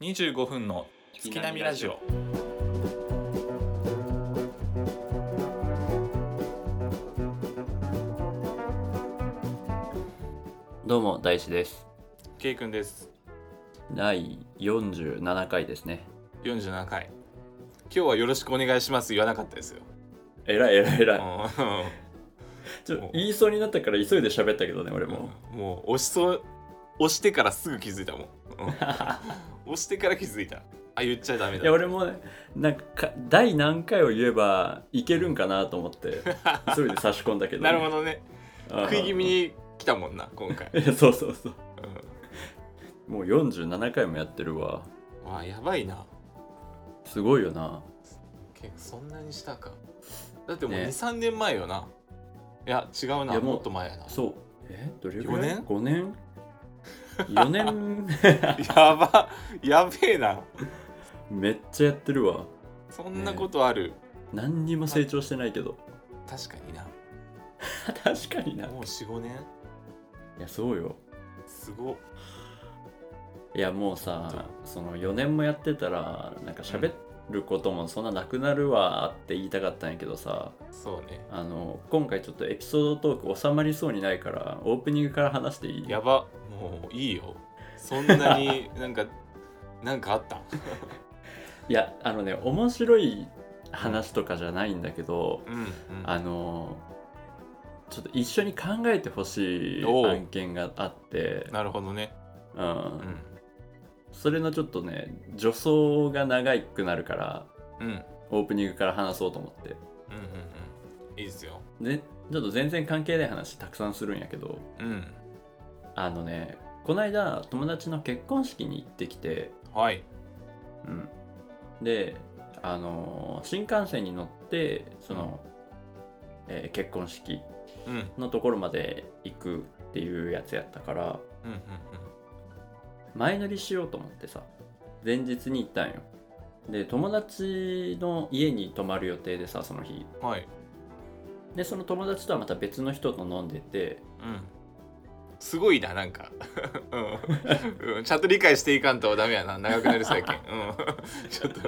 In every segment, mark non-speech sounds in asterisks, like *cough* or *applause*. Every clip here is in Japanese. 25分の月並みラジオどうも大志です。ケイくんです第47回ですね。 47回今日はよろしくお願いします言わなかったですよ、えらいえらいえらい。うちょ言いそうになったから急いで喋ったけどね俺も。ん、もう押しそう押してからすぐ気づいたもん、 *laughs* うん押してから気づいたあ言っちゃダメいやだ俺もねなんかか第何回を言えばいけるんかなと思 *laughs* って急いで差し込んだけど、なるほどねど食い気味に来たもんな今回、に *laughs* そうそうそううもう47回もやってるわん、わあやばいなすごいよなけそんなにしたかだってもうね23、年前よないや違ういなやもうもっと前やなそうえどれぐらい四年 ?5 *laughs* 年 ?4 年 *laughs* *laughs* やばやべえなめっちゃやってるわそんなことある、何にも成長してないけど確かにな確かにないもう45年やそうよすごっいやもうさその4年もやってたらなんか喋ることもそんななくなるわって言いたかったんやけどさそうねあの今回ちょっとエピソードトーク収まりそうにないからオープニングから話していいやばもういいよそんな *laughs* になんかなんかあったいやあのね面白い話とかじゃないんだけどうん、うん、あのちょっと一緒に考えてほしいおう案件があって、なるほどねう、うんんそれのちょっとね助走が長くなるからうんうんオープニングから話そうと思ってうんうんいいですよでちょっと全然関係ない話たくさんするんやけどうんあのねこないだ友達の結婚式に行ってきて、はいうん、であのー新幹線に乗ってその、えー結婚式うんうんうんのところまで行くっていうやつやったから前乗りしようと思ってさ前日に行ったんよで友達の家に泊まる予定でさその日うんはいでその友達とはまた別の人と飲んでてうんすごいななんか、 *laughs* うんうん、ちゃんと理解していかんとダメやな長くなる最近、うん、 *laughs* ちょっと、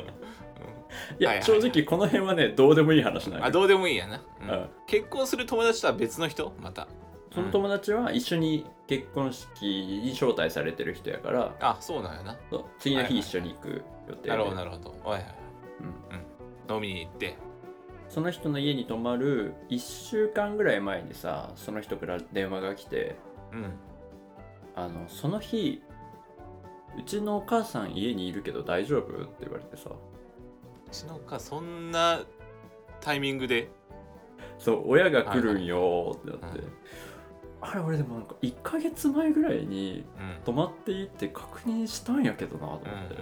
いや、はいはい正直この辺はねどうでもいい話なうんんだあけどどうでもいいやな、うんうん結婚する友達とは別の人またその友達は一緒に結婚式に招待されてる人やから、あそうなんやなそう次の日一緒に行く予定で、なるほどなるほどはいはいはいうん飲みに行ってその人の家に泊まる1週間ぐらい前にさその人から電話が来てうんあのその日うちのお母さん家にいるけど大丈夫って言われてさうちのかそんなタイミングでそう親が来るんよってなって、うんあれ俺でもなんか1ヶ月前ぐらいにうん泊まっていいって確認したんやけどなと思っうんうんうんて、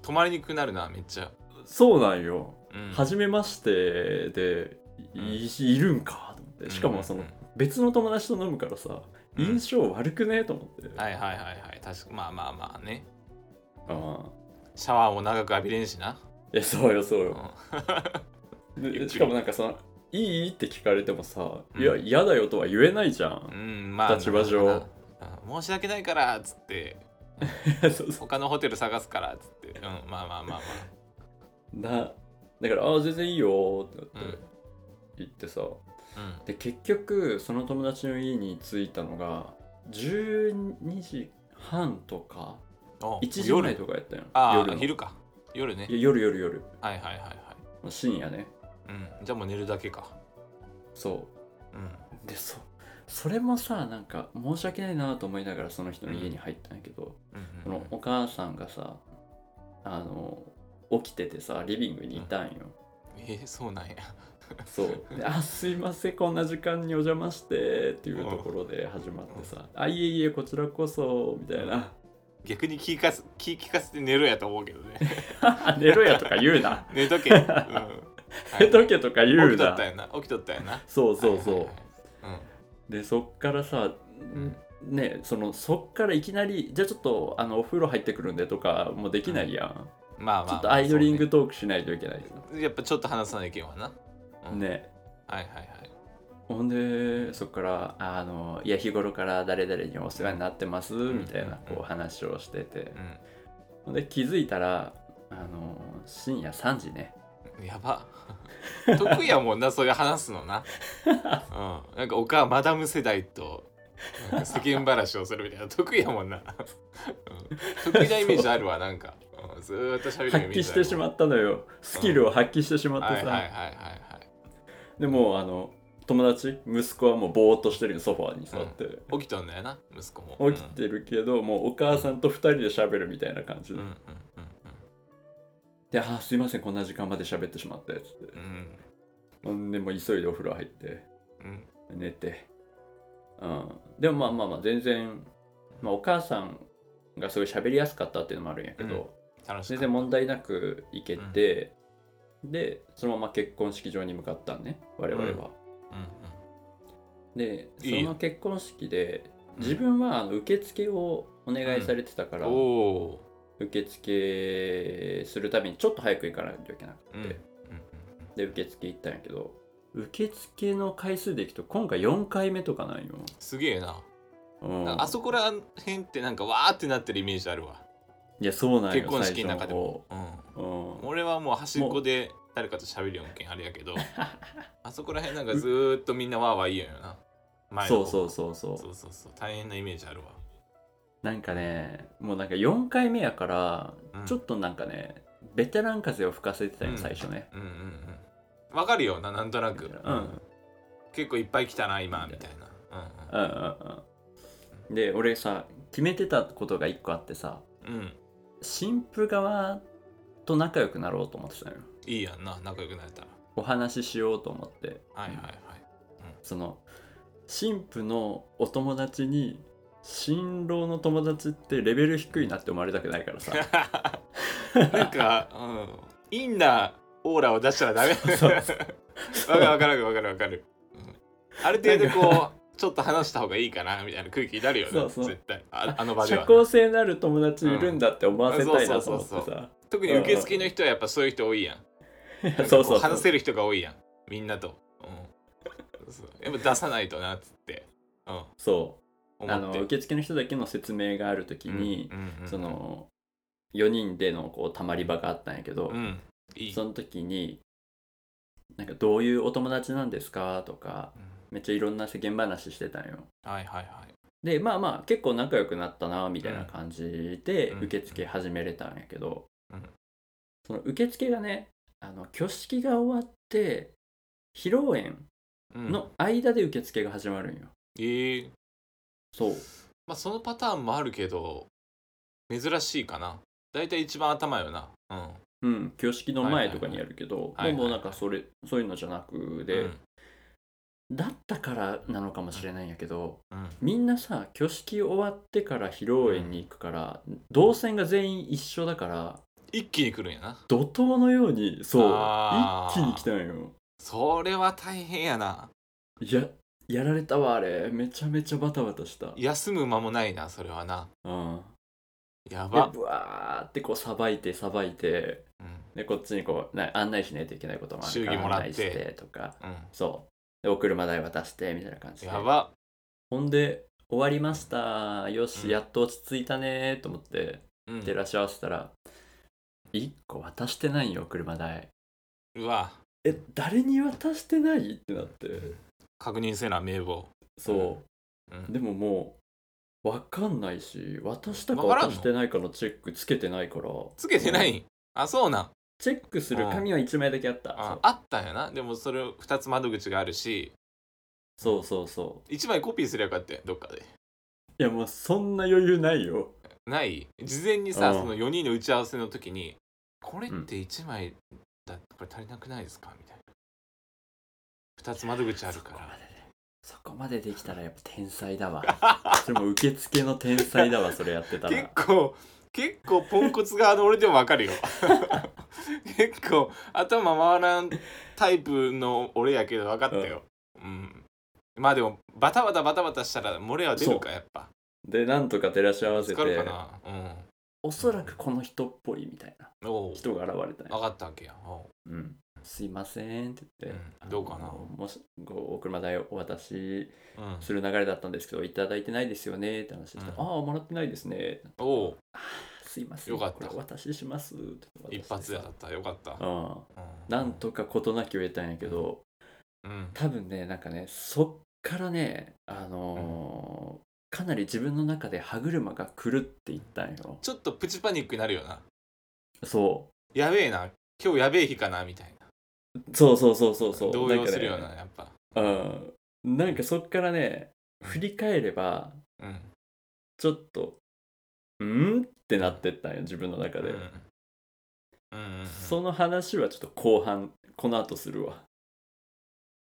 泊まりにくくなるなめっちゃ、そうなんようん、初めましてでうんい,、いるんかと思ってしかもそうのんうん別の友達と飲むからさうん印象悪くねと思って、はいはいはいはい確かまあまあまあねあシャワーも長く浴びれんしな、あいやそうよそううんゆよ、でっくりしかもなんかさ「いい?」って聞かれてもさ「うんいや嫌だよ」とは言えないじゃ、うんん、まあ立場上なんかなうん申し訳ないからっつって *laughs* そうそ他のホテル探すからっつって、うん、まあまあまあまあうなだから「ああ全然いいよ」ってなっうてん言ってさうんで結局その友達の家に着いたのが12時半とかお1時前夜とかやったよあ夜あの昼か夜ねいや夜夜夜はいはいはいはい深夜ねうんじゃあもう寝るだけかそうんうでそそれもさなんか申し訳ないなと思いながらその人の家に入ったんやけど、うんそのお母さんがさあの起きててさリビングにいたんよ、えー、そうなんやそうであすいませんこんな時間にお邪魔してっていうところで始まってさ「あいえいえこちらこそ」みたいな逆に気かす気聞かせて寝ろやと思うけど *laughs* ね「寝ろや」とか言 *laughs* うな寝とけ、うん *laughs* 「寝とけ」とか言起きうとっなたよな起きとったよなそうそうそう、はいはいはいでそっからさ、ねそのそっからいきなりじゃあちょっとあのお風呂入ってくるんでとかもできないやん、うんまあまあちょっとアイドリングそトークしないといけないですうねやっぱちょっと話さなきゃいけんわな、うんねはいはいはいほんでそっからあのいや日頃から誰々にお世話になってますみたいなうんこう話をしててうんほんで気づいたらあの深夜3時ねやば *laughs* 得意やもんなそれ話すの *laughs* な、うん、なんかお母マダム世代となんか世間話をするみたいな得意やもんな、うん、得意なイメージあるわなんか、うん、ずーっと喋るイ発メージある揮してしまったのよスキルを発揮してしまってさ、はいはいはいはいでもうあの友達息子はもうぼーっとしてるよソファーに座って、はい起きたんだよな息子も起きてるけど、もうお母さんと2人で喋るみたいな感じうでんうんうんで「あーすいませんこんな時間まで喋ってしまって」つってうんうんほんでもう急いでお風呂入ってうん寝てうんでもまあまあまあ全然、まあ、お母さんがすごい喋りやすかったっていうのもあるんやけど、うん楽し全かっ然問題なく行けて、でそのまま結婚式場に向かったんね我々は、たうんでいいそよの結婚式で自分はあの受付をお願いされてたから、うんおー受付するためにちょっと早く行かないといけなうくて、んうんで受付行ったんやけど受付の回数でいくと今回4回目とかなんよ、すげえなうんなんかあそこら辺ってなんかわーってなってるイメージあるわいやそうなんよ結婚式の中でも、最初の方うんうん俺はもう端っこで誰かと喋るよんけんあれやけどあそこら辺なんかずーっとみんなわーわー言うんよな前そのう方そうそうそうそうそうそう大変なイメージあるわなんかねもうなんか4回目やから、うんちょっとなんかねベテラン風を吹かせてたよ、うん最初ねうんうんうんわかるよななんとなく、うんうん結構いっぱい来たな今みたいなうんうんで俺さ決めてたことが1個あってさうんうん、うん、新婦側と仲良くなろうと思ってたのよいいやんな仲良くなれたらお話ししようと思ってはいはいはいその新婦のお友達に新郎の友達ってレベル低いなって思われたくないからさなんか、うん、いいんだオーラを出したらダメうそうわかるわかるわかるわかる、うんある程度こうちょっと話した方がいいかなみたいな空気になるよねそうそう絶対あ *laughs* あの場で社は交性のある友達いるんだって思わせたいなと思ってうんそうさ特に受付の人はやっぱそういう人多いやんないやんかそこうそうそう話せる人が多いやんみんなと、うん、そうやっぱ出さないとなっつって、うん、そうあ思っのて受付の人だけの説明がある時に、うんうんうんその4人でのこうたまり場があったんやけど、うんいいその時になんかどういうお友達なんですかとかうんめっちゃいろんな世間話してたんよはいはいはいでまあまあ結構仲良くなったなみたいな感じでうん受付始めれたんやけど、うんその受付がねあの挙式が終わって披露宴うんの間で受付が始まるんよ、えーそうまあそのパターンもあるけど珍しいかなだいたい一番頭よなうんうん、挙式の前とかにやるけど、はいはいはいもうもうなんかそれそういうのじゃなくで、うんだったからなのかもしれないんやけどうんみんなさ挙式終わってから披露宴に行くから、動線が全員一緒だから一気に来るんやな怒涛のようにそうあ一気ーに来たんよそれは大変やないややられたわあれめちゃめちゃバタバタした休む間もないなそれはなうんやでば、ブワーってこうさばいてさばいてうんでこっちにこうな案内しないといけないこともあるから祝儀もらって案内してとかうん、そうでお車代渡してみたいな感じでやばほんで終わりましたようし、んやっと落ち着いたねと思ってうん照らし合わせたら、1個渡してないよ車代うわえ誰に渡してないってなって確認せな名簿そうう、んでももう分かんないし渡したかわからん渡のしてないかのチェックつけてないからつけてないんあそうなんチェックする紙は1枚だけあった、ああったんやなでもそれ2つ窓口があるしそうそうそうそ1枚コピーすればよかったよどっかでういやもうそんな余裕ないよない事前にさうんその4人の打ち合わせの時にこれって1枚だこれ足りなくないですかみたいな2つ窓口あるそこかまらでねそこまでできたらやっぱ天才だわ *laughs* それも受付の天才だわそれやってたら結構結構ポンコツ側の俺でもわかる *laughs* よ結構頭回らんタイプの俺やけど分かったよ、うん、まあでもバタバタバタバタしたら漏れは出るかやっぱでなんとか照らし合わせ分かるかてなおそらくこの人っぽいみたいなうんおう人が現れた分よ、かったわけやおううん、すいませんって言って、うんどうかなあのもしごお車代をお渡しうんする流れだったんですけどいただいてないですよねって話して、うんああもらってないですねおうすいませんよかったこれお渡ししますって渡して一発やだったよかった、うんうなんとか事なきを得たんやけどうん多分ねなんかねそっからねあのーかなり自分の中で歯車が狂っていったんよちょっとプチパニックになるよなそやべえな今日やべえ日かなみたいなうそうそうそうそうそう動なん揺かすねるようなやっぱうんなんかそっからね振り返ればうんちょっとうんってなってったんよ自分の中で、うんうんうんその話はちょっと後半この後す *laughs* るわ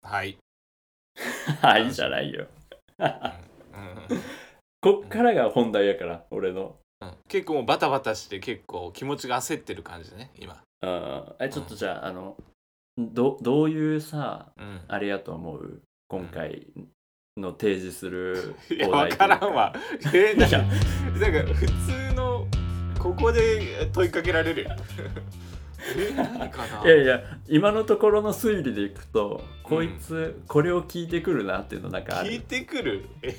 はい、はいじゃないようんうんこっからが本題やから俺のうん、結構もうバタバタして結構気持ちが焦ってる感じね今うんえちょっとじゃああのどどういうさうんあれやと思う今回の提示するいやお題分からんわえといなうんかかいなやんか普通のここで問いかけられるよえ何かないやいや今のところの推理でいくとこいつこれを聞いてくるなっていうのなんかあ聞いるてくる *laughs* え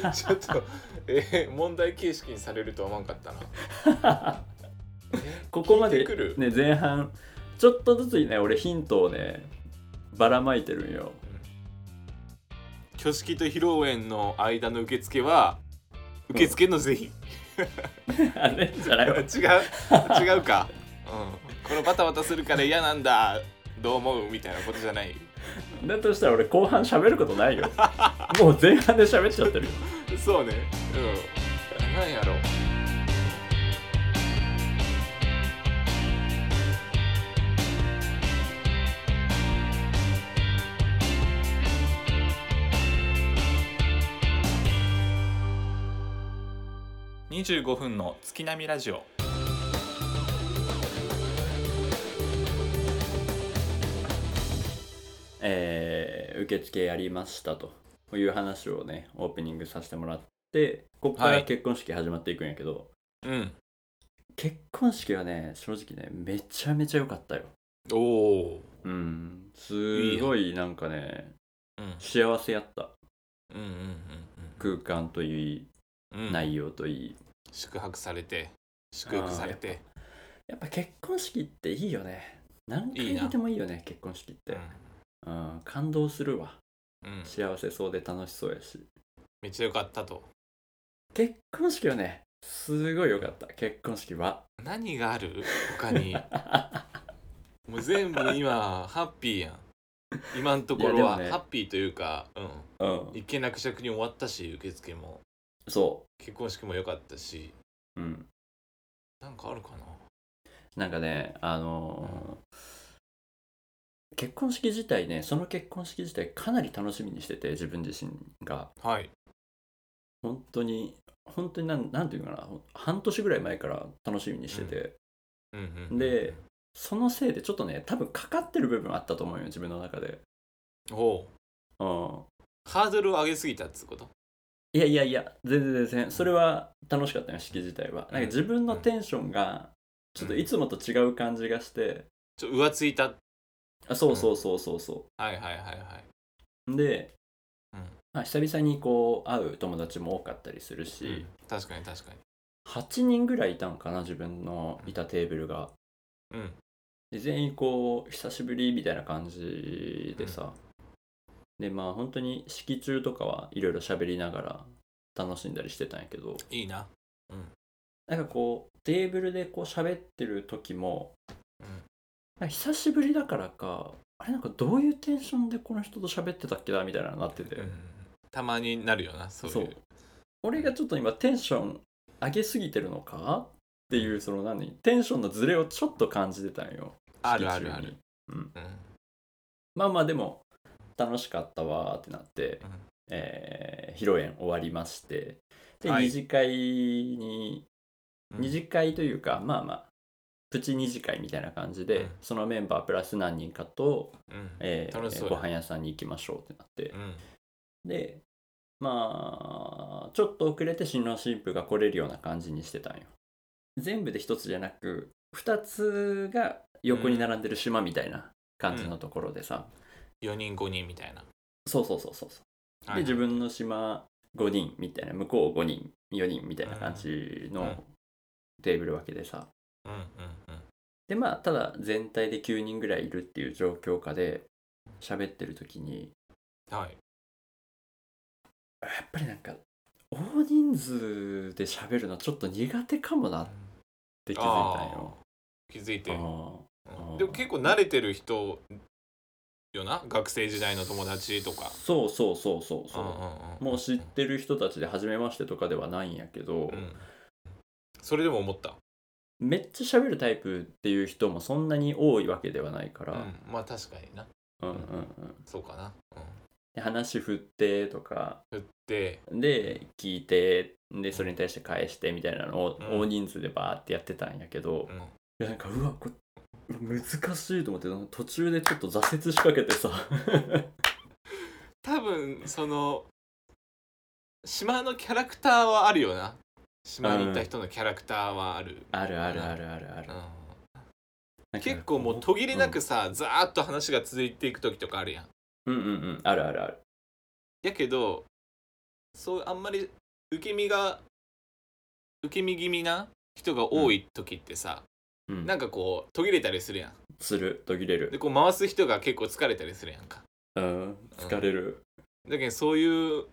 なちょっ *laughs* とえ問題形式にされるとは思わんかったな *laughs* えここま聞でいてくる、ね前半ちょっとずつね俺ヒントをねばらまいてるんよ *laughs* 挙式と披露宴の間の受付は受付の是非、あれじゃないわ *laughs* 違う違うか、うん、このバタバタするから嫌なんだどう思うみたいなことじゃないだとしたら俺後半喋ることな *laughs* いよもう前半で喋っちゃってるよ *laughs* そうねうんなんやろう25分の月並みラジオえー受付やりましたという話をねオープニングさせてもらってここかはらい結婚式始まっていくんやけど、うん結婚式はね正直ねめちゃめちゃ良かったよおおうんすごいなんかねうん幸せやったうんうん空間といいうんうん内容といい、宿泊されて祝福されてやっぱ結婚式っていいよね何回見てもいいよね結婚式って、うん、感動するわうんうん幸せそうで楽しそうやしめっちゃ良かったと結婚式はねすごい良かった結婚式は *laughs* 何がある他にもう全部今ハッピー *laughs* やん今のところはいやでもねハッピーというか、ううんん一件落着に終わったし受付もそ結婚式も良かったしううんなんかあるかななんかねあのー結婚式自体ねその結婚式自体かなり楽しみにしてて自分自身がはい本当に本当になんなんていうのかな半年ぐらい前から楽しみにしてて、うんうんでそのせいでちょっとね多分かかってる部分あったと思うよ自分の中でおううんハードルを上げすぎたっつうこといやいやいや全然全然それは楽しかったよ式自体はうんなんか自分のテンションがちょっといつもと違う感じがしてちょ浮ついたあそうそうそうそうそはいはいはいはいうで、うんまあ、久々にこう会う友達も多かったりするし、うん確かに確か8人ぐらいいたんかな自分のいたテーブルがにうんで全員こう久しぶりみたいな感じでさ、でまあ本当に式中とかはいろいろ喋りながら楽しんだりしてたんやけどいいななんかこうテーブルでこう喋ってる時も、うんなんか久しぶりだからかあれなんかどういうテンションでこの人と喋ってたっけなみたいなのになってて、うんたまになるよなそういうそう俺がちょっと今テンション上げすぎてるのかっていうその何テンションのズレをちょっと感じてたんよあるあるあ式中るに、うん、うんまあまあでも楽しかったわーってなって、うんえー披露宴終わりましてで、はい二次会にうん二次会というか、まあまあプチ二次会みたいな感じで、うんそのメンバープラス何人かと、うんえー楽しそうごや飯屋さんに行きましょうってなってう、んでまあちょっと遅れて新郎新婦が来れるような感じにしてたんよ全部で一つじゃなく二つが横に並んでる島みたいな感じのところでさ、 4人5人みたいなそうそうそうそうそうはいで自分の島5人みたいな向こう5人4人みたいな感じうんうんのテーブル分けでさうんうんうんでまあただ全体で9人ぐらいいるっていう状況下で喋ってる時にはいやっぱりなんか大人数で喋るのちょっと苦手かもなって気づいたんよ。気づいてあうんでも結構慣れてる人よな学生時代の友達とーかそうそうそうそううんうんそんう。もう知ってる人たちで初めましてとかではないんやけうど、んそれでも思っためっちゃ喋るタイプっていう人もそんなに多いわけではないから、うんまあ確かになうんうんうん、そうかなうんで話振ってとかでで聞いてでそれに対して返してみたいなのをうん大人数でバーってやってたんやけど、うんいやなんかうわこれ難しいと思ってなんか途中でちょっと挫折しかけてさ *laughs* 多分その島のキャラクターはあるよな島に行った人のキャラクターはある、あるあるあるあるあるう、んなんか結構もう途切れなくさ、ざーっと話が続いていく時とかあるやんうんうんうんあるあるあるやけどそうあんまり受け身が受け身気味な人が多い時ってさ、うんなんかこう途切れたりするやんする途切れでるこう回す人が結構疲れたりするやんかうん疲れる、だけどそういう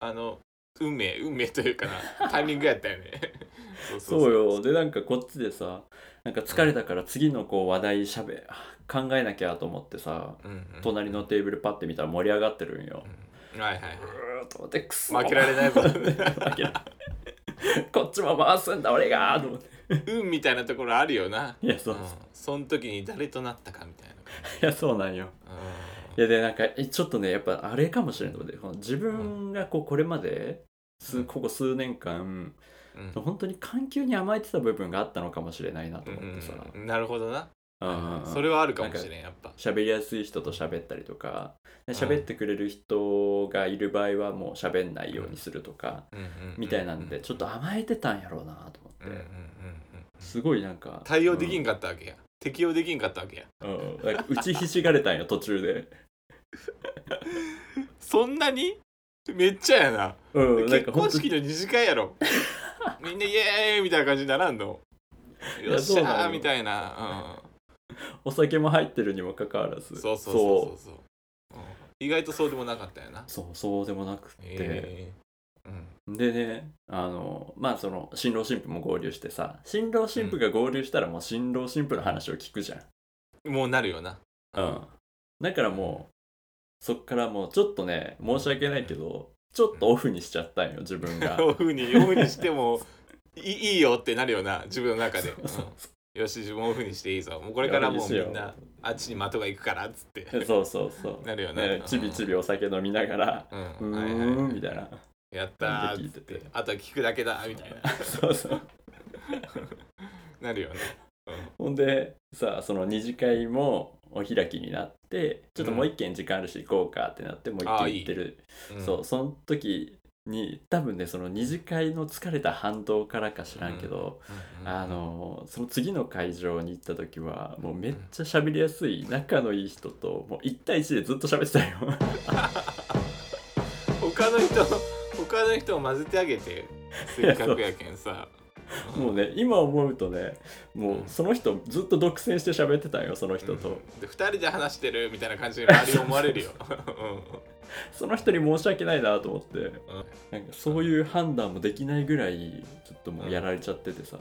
あの運命運命というかな *laughs* タイミングやったよねそうそうよでなんかこっちでさなんか疲れたから次のこう話題しゃべ考えなきゃと思ってさうんうん隣のテーブルパッて見たら盛り上がってるんようんはいはいうはいーっと思ってくそ負けられないぞ *laughs* 負けられこっちも回すんだ俺がーと思って運みたいなところあるよないやそうう、んいその時に誰となったかみたいな感じやそうなんようんいやでなんかえちょっとねやっぱあれかもしれんと思ってこの自分がこうこれまで数ここ数年間うん本当に環境に甘えてた部分があったのかもしれないなと思ってさ、うんなるほどな、うんそれはあるかもしれんやっぱ喋りやすい人と喋ったりとかでうん喋ってくれる人がいる場合はもう喋んないようにするとか、みたいなんでちょっと甘えてたんやろうなと思うんうんうっんうて、んすごいなんか対応できん、んかったわけや、適応できんかったわけやうんなんか打ちひしがれたんよ途中で、そんなにめっちゃやなうん、なん結か本婚当に式の二次会や *laughs* ろみんなイエーイみたいな感じにならんのいやよっしそうなのゃーよみたいな、お酒も入ってるにもかかわらうずん、そうそうそうそうそう、うん意外とそうでもなかったよなそうそうそうでもなくって、ええうんでねあのまあその新郎新婦も合流してさ新郎新婦が合流したらもう新郎新婦の話を聞くじゃん、もうなるよな。うん、だからもうそっからもうちょっとね申し訳ないけどちょっとオフにしちゃったんよ自分が *laughs* オフにオフにしてもいいいいよってなるよな自分の中で、そうそううんよし自分オフにしていいぞもうこれからもうみんなあっちに的が行くからっつってそうそうそう。なるよな、ね、ちびちびお酒飲みながらう、「うんはいはいーはん」いみたいなやったーっつって聞いててあとは聞くだけだみたいなそうそうなるよねほんでさあその二次会もお開きになってちょっともう一軒時間あるし行こうかってなってもう一ああ軒いい行ってるんそうその時に多分ねその二次会の疲れた反動からか知らんけど、うんうんあのその次の会場に行った時はもうめっちゃ喋りやすい仲のいい人ともう1対1でずっと喋ってた *laughs* よ他の人他の人を混ぜてあげてせっかくやけんさもうね今思うとねもうその人ずっと独占して喋ってたよその人と、うんで2人で話してるみたいな感じで周り思われ *laughs* るよその人に申し訳ないなと思って、んなんかそういう判断もできないぐらいちょっともうやられちゃっててさ、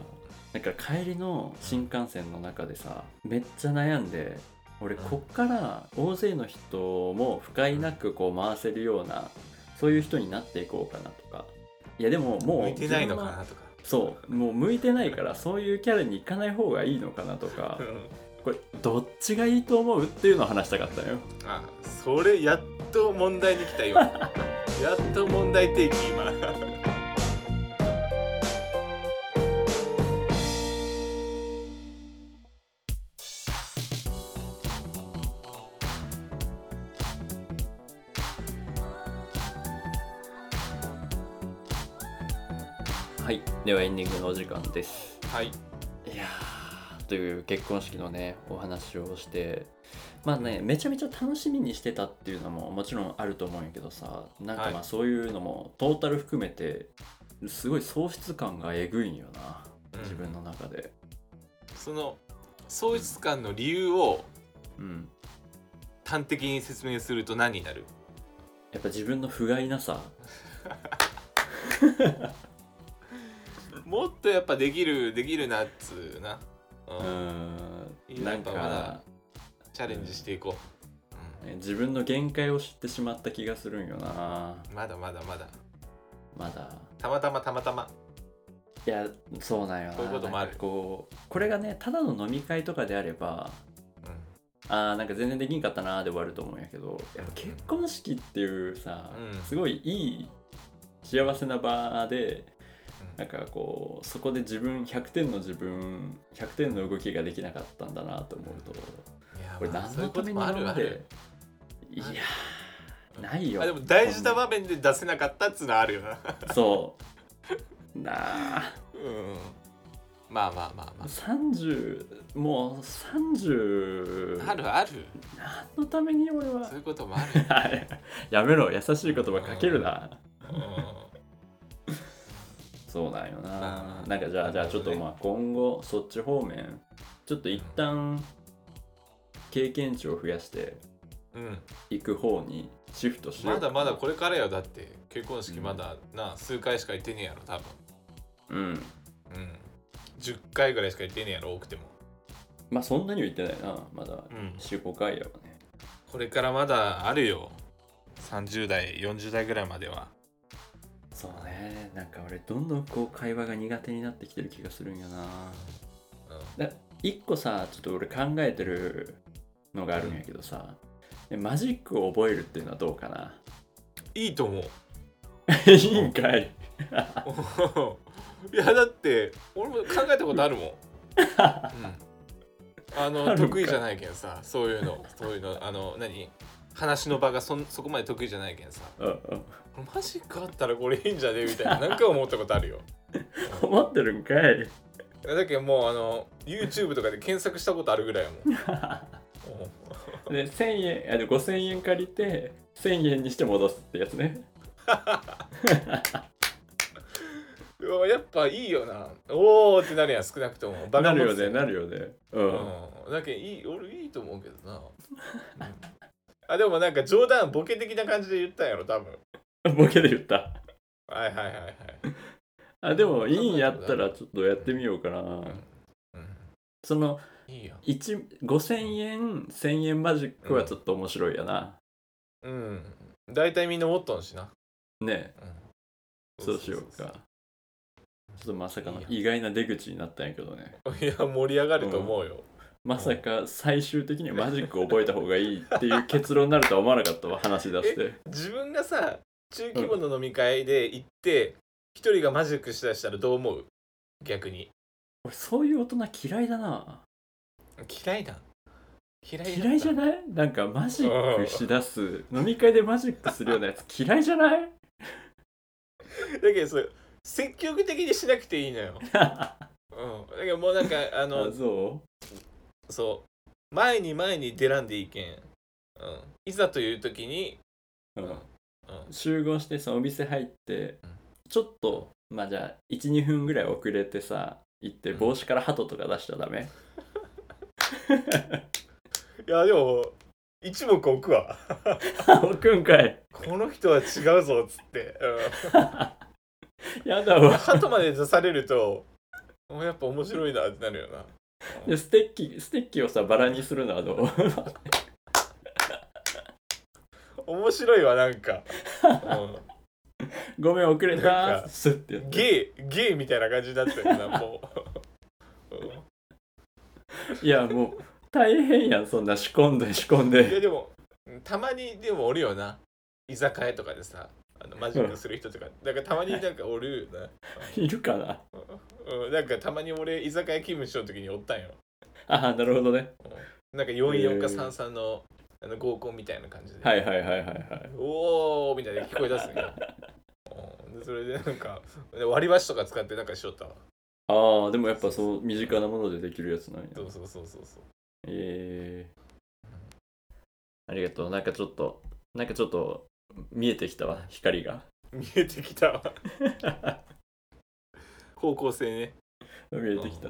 なんか帰りの新幹線の中でさめっちゃ悩んで俺こっから大勢の人も不快なくこう回せるようなそういう人になっていこうかなとかいやでもうんもう向いてないのかな自分はとかそうもう向いてないからそういうキャラに行かない方がいいのかなとかうんこれどっちがいいと思うっていうのを話したかったよあそれやっと問題に来た *laughs* 今やっと問題提起今はいではエンディングのお時間ですはいいやーという結婚式のねお話をしてまあねめちゃめちゃ楽しみにしてたっていうのももちろんあると思うんやけどさなんかはまいあそういうのもトータル含めてすごい喪失感がえぐいんよなうん自分の中でその喪失感の理由をうん端的に説明すると何になるやっぱ自分の不甲斐なさもっとやっぱできるできるなっつうな、うんうーんやなっんぱかまだチャレンジしていこう、ね自分の限界を知ってしまった気がするんよなうんまだまだまだまだたまたまたまたまいやそうなんよなそういうこともあるなんかこうこれがねただの飲み会とかであればあーなんか全然できんかったなーで終わると思うんやけどやっぱ結婚式っていうさ、うんすごいいい幸せな場でうなんんかこうそこで自分100点の自分100点の動きができなかったんだなと思うといやこれまあ何そういのうこたとめにもあ今るまあるでいやーないよあでも大事な場面で出せなかったっつうのはあるよなそうなあうん *laughs* まあまあまあま30もう30ああるある何のために俺はそういうこともある *laughs* やめろ優しい言葉かけるな、うそうなんよまなあ。なんかじゃあ、じゃあちょっとねまあ今後そっち方面、ちょっと一旦経験値を増やしてん、うん、いく方にシフトしようまだまだこれからよだって結婚式まだな数回しか行ってねえやろ多分うん。うん10回ぐらいしか行ってねえやろ多くてもまあそんなには言ってないな。まだうん4、5回やわね。これからまだあるよ30代40代ぐらいまではそうね。なんか俺、どんどんこう会話が苦手になってきてる気がするんよな。だ一個さ、ちょっと俺考えてるのがあるんやけどさ、でマジックを覚えるっていうのはどうか *laughs* な。いいと *laughs* 思ういいんかい。いやだって俺も考えたことあるもん、うん、ああるのんか得意じゃないけんさそういうのそういうのあの何話の場がそんそこまで得意じゃないけんさうんうん。これマジかあったらこれいいんじゃねみたいな何回も思ったことあるよ困ってるんかい。だけどもうあの YouTube とかで検索したことあるぐらい *laughs* やもんうんで1000円あで5000円借りて1000円にして戻すってやつねうわやっぱいいよなおおってなるやん少なくともバなる持よつよねなるよねう、うんんだけどいい俺いいと思うけどな、うんあでもなんか冗談ボケ的な感じで言ったんやろ多分 *laughs* ボケで言ったはいはいはいはい、あでもいいんやったらちょっとやってみようかな、うそのん、いいよ1 5000円1000円マジックはちょっと面白いやな、うん大体みんな持っとんしな、ねうんそうしようかちょっとまさかの意外な出口になったんやけどねそうそういや盛り上がると思うよ、まさか最終的にはマジックを覚えた方がいいっていう結論になるとは思わなかったわ話し *laughs* 出して自分がさ中規模の飲み会で行って一、人がマジックしだしたらどう思う逆に俺そういう大人嫌いだな嫌いだ嫌いだった嫌いじゃないなんかマジックしだす飲み会でマジックするような *laughs* やつ嫌いじゃなだいけどそれ積極的にしなくていいの *laughs* よ。うん、だけどもうなんかああのそそう前に前に出らんでいいけん。うん、いざという時に、う、ううんん、集合してそのお店入ってうんちょっとまあじゃあ12分ぐらい遅れてさ行ってうん帽子から鳩とか出しちゃダメ、いやでも一目置くわ *laughs* おくんかいこの人は違うぞっつって、やだうん、わ鳩まで出されるともうやっぱ面白いなってなるよなでステッキステッキをさバラにするのはどう面白いわなんか、うごめん遅れなんたかスッてやっん、てゲーゲーみたいな感じになってるなもう、うん *laughs* いやもう大変やんそんな仕込んで仕込んいやででもうんたまにでもおるよな居酒屋とかでさあのマジックする人とかだからたまになんかおるよいるかなな、うん、なんかたまに俺居酒屋勤務しとる時におったんよああなるほどねなんか44かへー33のあの合コンみたいな感じで、はいはいはいはいはいおーみたいな聞こえ出すんようんでそれでなんかで割り箸とか使ってなんかしとったわああでもやっぱそう身近なものでできるやつなんやそうそうそうそうそうええありがとうなんかちょっとなんかちょっと見えてきたわ光が *laughs* 見えてきたわ方向性ね見えてきた。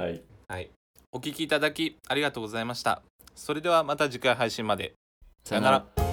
はい。お聞きいただきありがとうございましたそれではまた次回配信までさよなら。